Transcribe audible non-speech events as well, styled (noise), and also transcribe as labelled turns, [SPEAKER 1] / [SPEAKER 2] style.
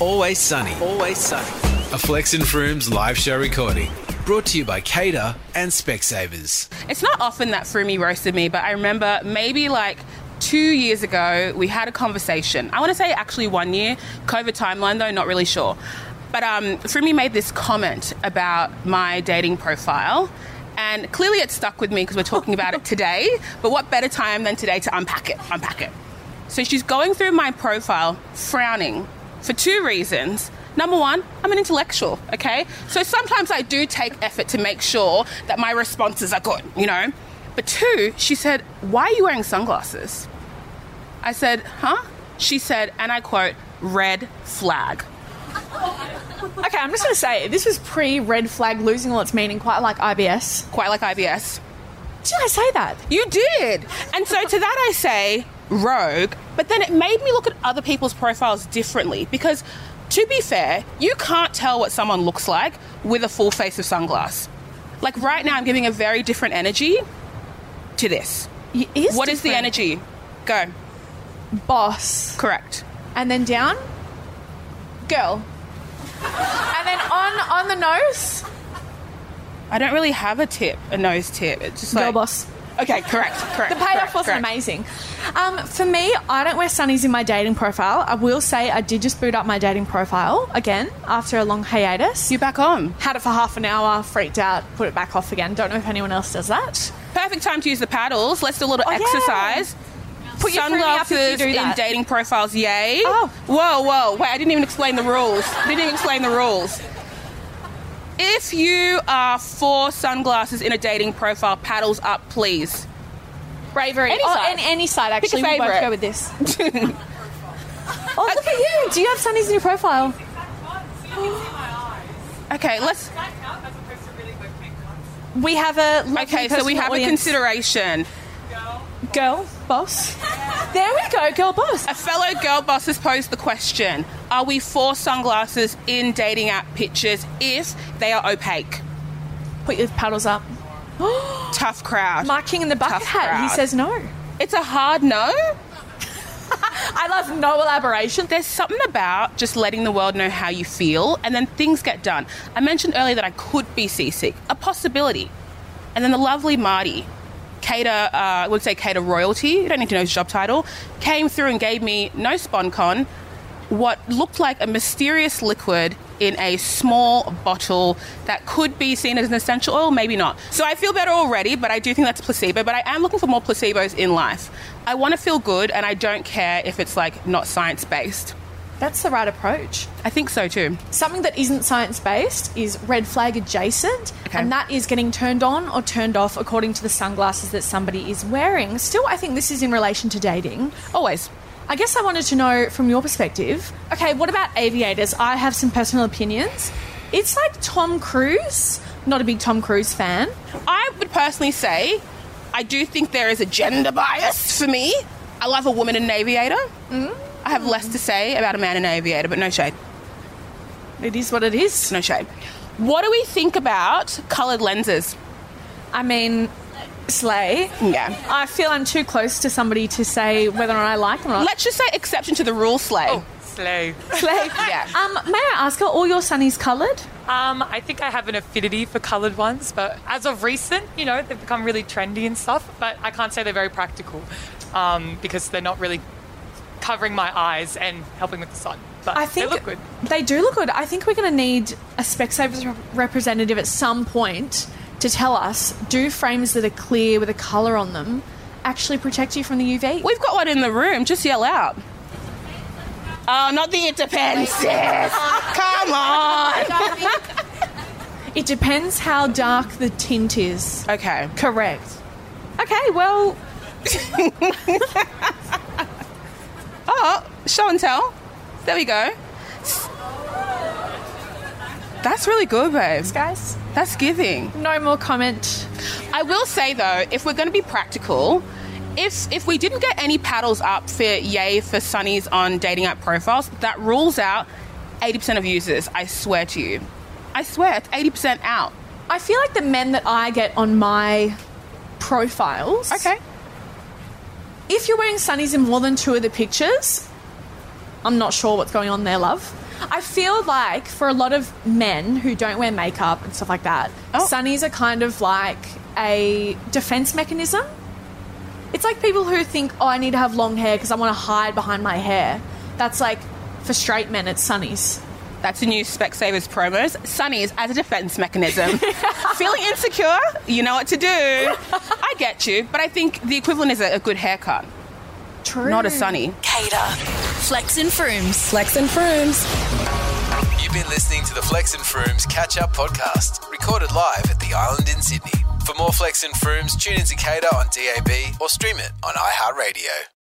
[SPEAKER 1] Always Sunny. Always Sunny. A Flex and Frooms live show recording. Brought to you by Cater and Specsavers.
[SPEAKER 2] It's not often that Frumi roasted me, but I remember maybe like two years ago, we had a conversation. I want to say actually one year, COVID timeline though, not really sure. But um, Frumi made this comment about my dating profile. And clearly it stuck with me because we're talking about it today. But what better time than today to unpack it? Unpack it. So she's going through my profile frowning for two reasons. Number one, I'm an intellectual, okay? So sometimes I do take effort to make sure that my responses are good, you know? But two, she said, Why are you wearing sunglasses? I said, Huh? She said, and I quote, red flag.
[SPEAKER 3] Okay, I'm just going to say this was pre red flag losing all its meaning, quite like IBS.
[SPEAKER 2] Quite like IBS.
[SPEAKER 3] Did I say that?
[SPEAKER 2] You did. And so to that I say rogue, but then it made me look at other people's profiles differently because to be fair, you can't tell what someone looks like with a full face of sunglasses. Like right now I'm giving a very different energy to this.
[SPEAKER 3] It is
[SPEAKER 2] What is the
[SPEAKER 3] different.
[SPEAKER 2] energy? Go.
[SPEAKER 3] Boss.
[SPEAKER 2] Correct.
[SPEAKER 3] And then down, girl. and then on on the nose,
[SPEAKER 2] I don't really have a tip, a nose tip. It's just
[SPEAKER 3] girl
[SPEAKER 2] like
[SPEAKER 3] boss.
[SPEAKER 2] Okay, correct, correct.
[SPEAKER 3] The payoff
[SPEAKER 2] correct,
[SPEAKER 3] wasn't
[SPEAKER 2] correct.
[SPEAKER 3] amazing. Um, for me, I don't wear sunnies in my dating profile. I will say I did just boot up my dating profile again after a long hiatus.
[SPEAKER 2] You back on.
[SPEAKER 3] had it for half an hour, freaked out, put it back off again. Don't know if anyone else does that.
[SPEAKER 2] Perfect time to use the paddles. Let's do a little
[SPEAKER 3] Oh, yeah.
[SPEAKER 2] exercise.
[SPEAKER 3] Put your fruity up if you
[SPEAKER 2] Sunglasses
[SPEAKER 3] do
[SPEAKER 2] in
[SPEAKER 3] that.
[SPEAKER 2] dating profiles, yay.
[SPEAKER 3] Oh.
[SPEAKER 2] Whoa, whoa. Wait, I didn't even explain the rules. Didn't even explain the rules. If you are for sunglasses in a dating profile, paddles up, please.
[SPEAKER 3] Bravery.
[SPEAKER 2] Any
[SPEAKER 3] oh,
[SPEAKER 2] side.
[SPEAKER 3] and any side
[SPEAKER 2] Pick a
[SPEAKER 3] actually. We both
[SPEAKER 2] favourite.
[SPEAKER 3] go with this.
[SPEAKER 2] (laughs)
[SPEAKER 3] oh, look at you! Do you have sunnies in your profile?
[SPEAKER 2] Okay, let's.
[SPEAKER 3] We have a lovely
[SPEAKER 2] Okay, so we
[SPEAKER 3] personal
[SPEAKER 2] have a
[SPEAKER 3] audience.
[SPEAKER 2] consideration.
[SPEAKER 3] girl boss. there we go, girl boss.
[SPEAKER 2] A fellow girl boss has posed the question Are we for sunglasses in dating app pictures if they are
[SPEAKER 3] (gasps)
[SPEAKER 2] opaque?
[SPEAKER 3] Put your paddles up.
[SPEAKER 2] Tough crowd.
[SPEAKER 3] Mark King in the bucket
[SPEAKER 2] Tough
[SPEAKER 3] hat. He
[SPEAKER 2] crowd.
[SPEAKER 3] says no.
[SPEAKER 2] It's a hard no.
[SPEAKER 3] (laughs) I love no elaboration.
[SPEAKER 2] There's something about just letting the world know how you feel and then things get done. I mentioned earlier that I could be seasick, a possibility. And then the lovely Marty, Cater, uh, I would say Cater Royalty, you don't need to know his job title, came through and gave me no SponCon, what looked like a mysterious liquid in a small bottle that could be seen as an essential oil, maybe not. So I feel better already, but I do think that's a placebo. But I am looking for more placebos in life. I want to feel good, and I don't care if it's like not science based.
[SPEAKER 3] That's the right approach.
[SPEAKER 2] I think so too.
[SPEAKER 3] Something that isn't science based is red flag adjacent,
[SPEAKER 2] Okay.
[SPEAKER 3] and that is getting turned on or turned off according to the sunglasses that somebody is wearing. Still, I think this is in relation to dating.
[SPEAKER 2] Always.
[SPEAKER 3] I guess I wanted to know from your perspective. Okay, what about aviators? I have some personal opinions. It's like Tom Cruise. Not a big Tom Cruise fan.
[SPEAKER 2] I would personally say I do think there is a gender bias for me. I love a woman in an aviator. I have less to say about a man in an aviator, but no shade.
[SPEAKER 3] It is what it is.
[SPEAKER 2] No shade. What do we think about coloured lenses?
[SPEAKER 3] I mean, slay.
[SPEAKER 2] Yeah.
[SPEAKER 3] I feel I'm too close to somebody to say whether or not I like them or not.
[SPEAKER 2] Let's just say exception to the rule, Slay.
[SPEAKER 4] Slow.
[SPEAKER 3] (laughs) slay.
[SPEAKER 2] Yeah.
[SPEAKER 3] Um, may I ask, are all your sunnies coloured?
[SPEAKER 4] Um, I think I have an affinity for coloured ones, but as of recent, you know, they've become really trendy and stuff. But I can't say they're very practical um, because they're not really covering my eyes and helping with the sun. But
[SPEAKER 3] I think
[SPEAKER 4] they look good.
[SPEAKER 3] They do look good. I think we're going to need a Specsavers rep- representative at some point to tell us do frames that are clear with a colour on them actually protect you from the UV?
[SPEAKER 2] We've got one in the room. Just yell out. Oh, not the it depends. sis. Come on.
[SPEAKER 3] It depends how dark the tint is.
[SPEAKER 2] Okay.
[SPEAKER 3] Correct. Okay, well,
[SPEAKER 2] Oh, show and tell. There we go. That's really good, babe.
[SPEAKER 3] guys,
[SPEAKER 2] That's giving.
[SPEAKER 3] no more comment.
[SPEAKER 2] I will say though, if we're going to be practical, if if we didn't get any paddles up for yay for sunnies on dating app profiles, that rules out 80% of users. I swear to you, I swear it's 80% out.
[SPEAKER 3] I feel like the men that I get on my profiles.
[SPEAKER 2] Okay.
[SPEAKER 3] If you're wearing sunnies in more than two of the pictures, I'm not sure what's going on there, love. I feel like for a lot of men who don't wear makeup and stuff like that,
[SPEAKER 2] Oh.
[SPEAKER 3] sunnies are kind of like a defense mechanism. It's like people who think, oh, I need to have long hair because I want to hide behind my hair. That's like for straight men, it's sunnies.
[SPEAKER 2] That's the new Specsavers promos. Sunnies as a defense mechanism. Feeling insecure? You know what to do. I get you, but I think the equivalent is a, a good haircut,
[SPEAKER 3] True.
[SPEAKER 2] not a sunny.
[SPEAKER 5] Cater. Flex and Frooms.
[SPEAKER 6] Flex and Frooms.
[SPEAKER 1] You've been listening to the Flex and Frooms Catch Up Podcast, recorded live at the Island in Sydney. For more Flex and Frooms, tune into Cater on DAB or stream it on iHeartRadio.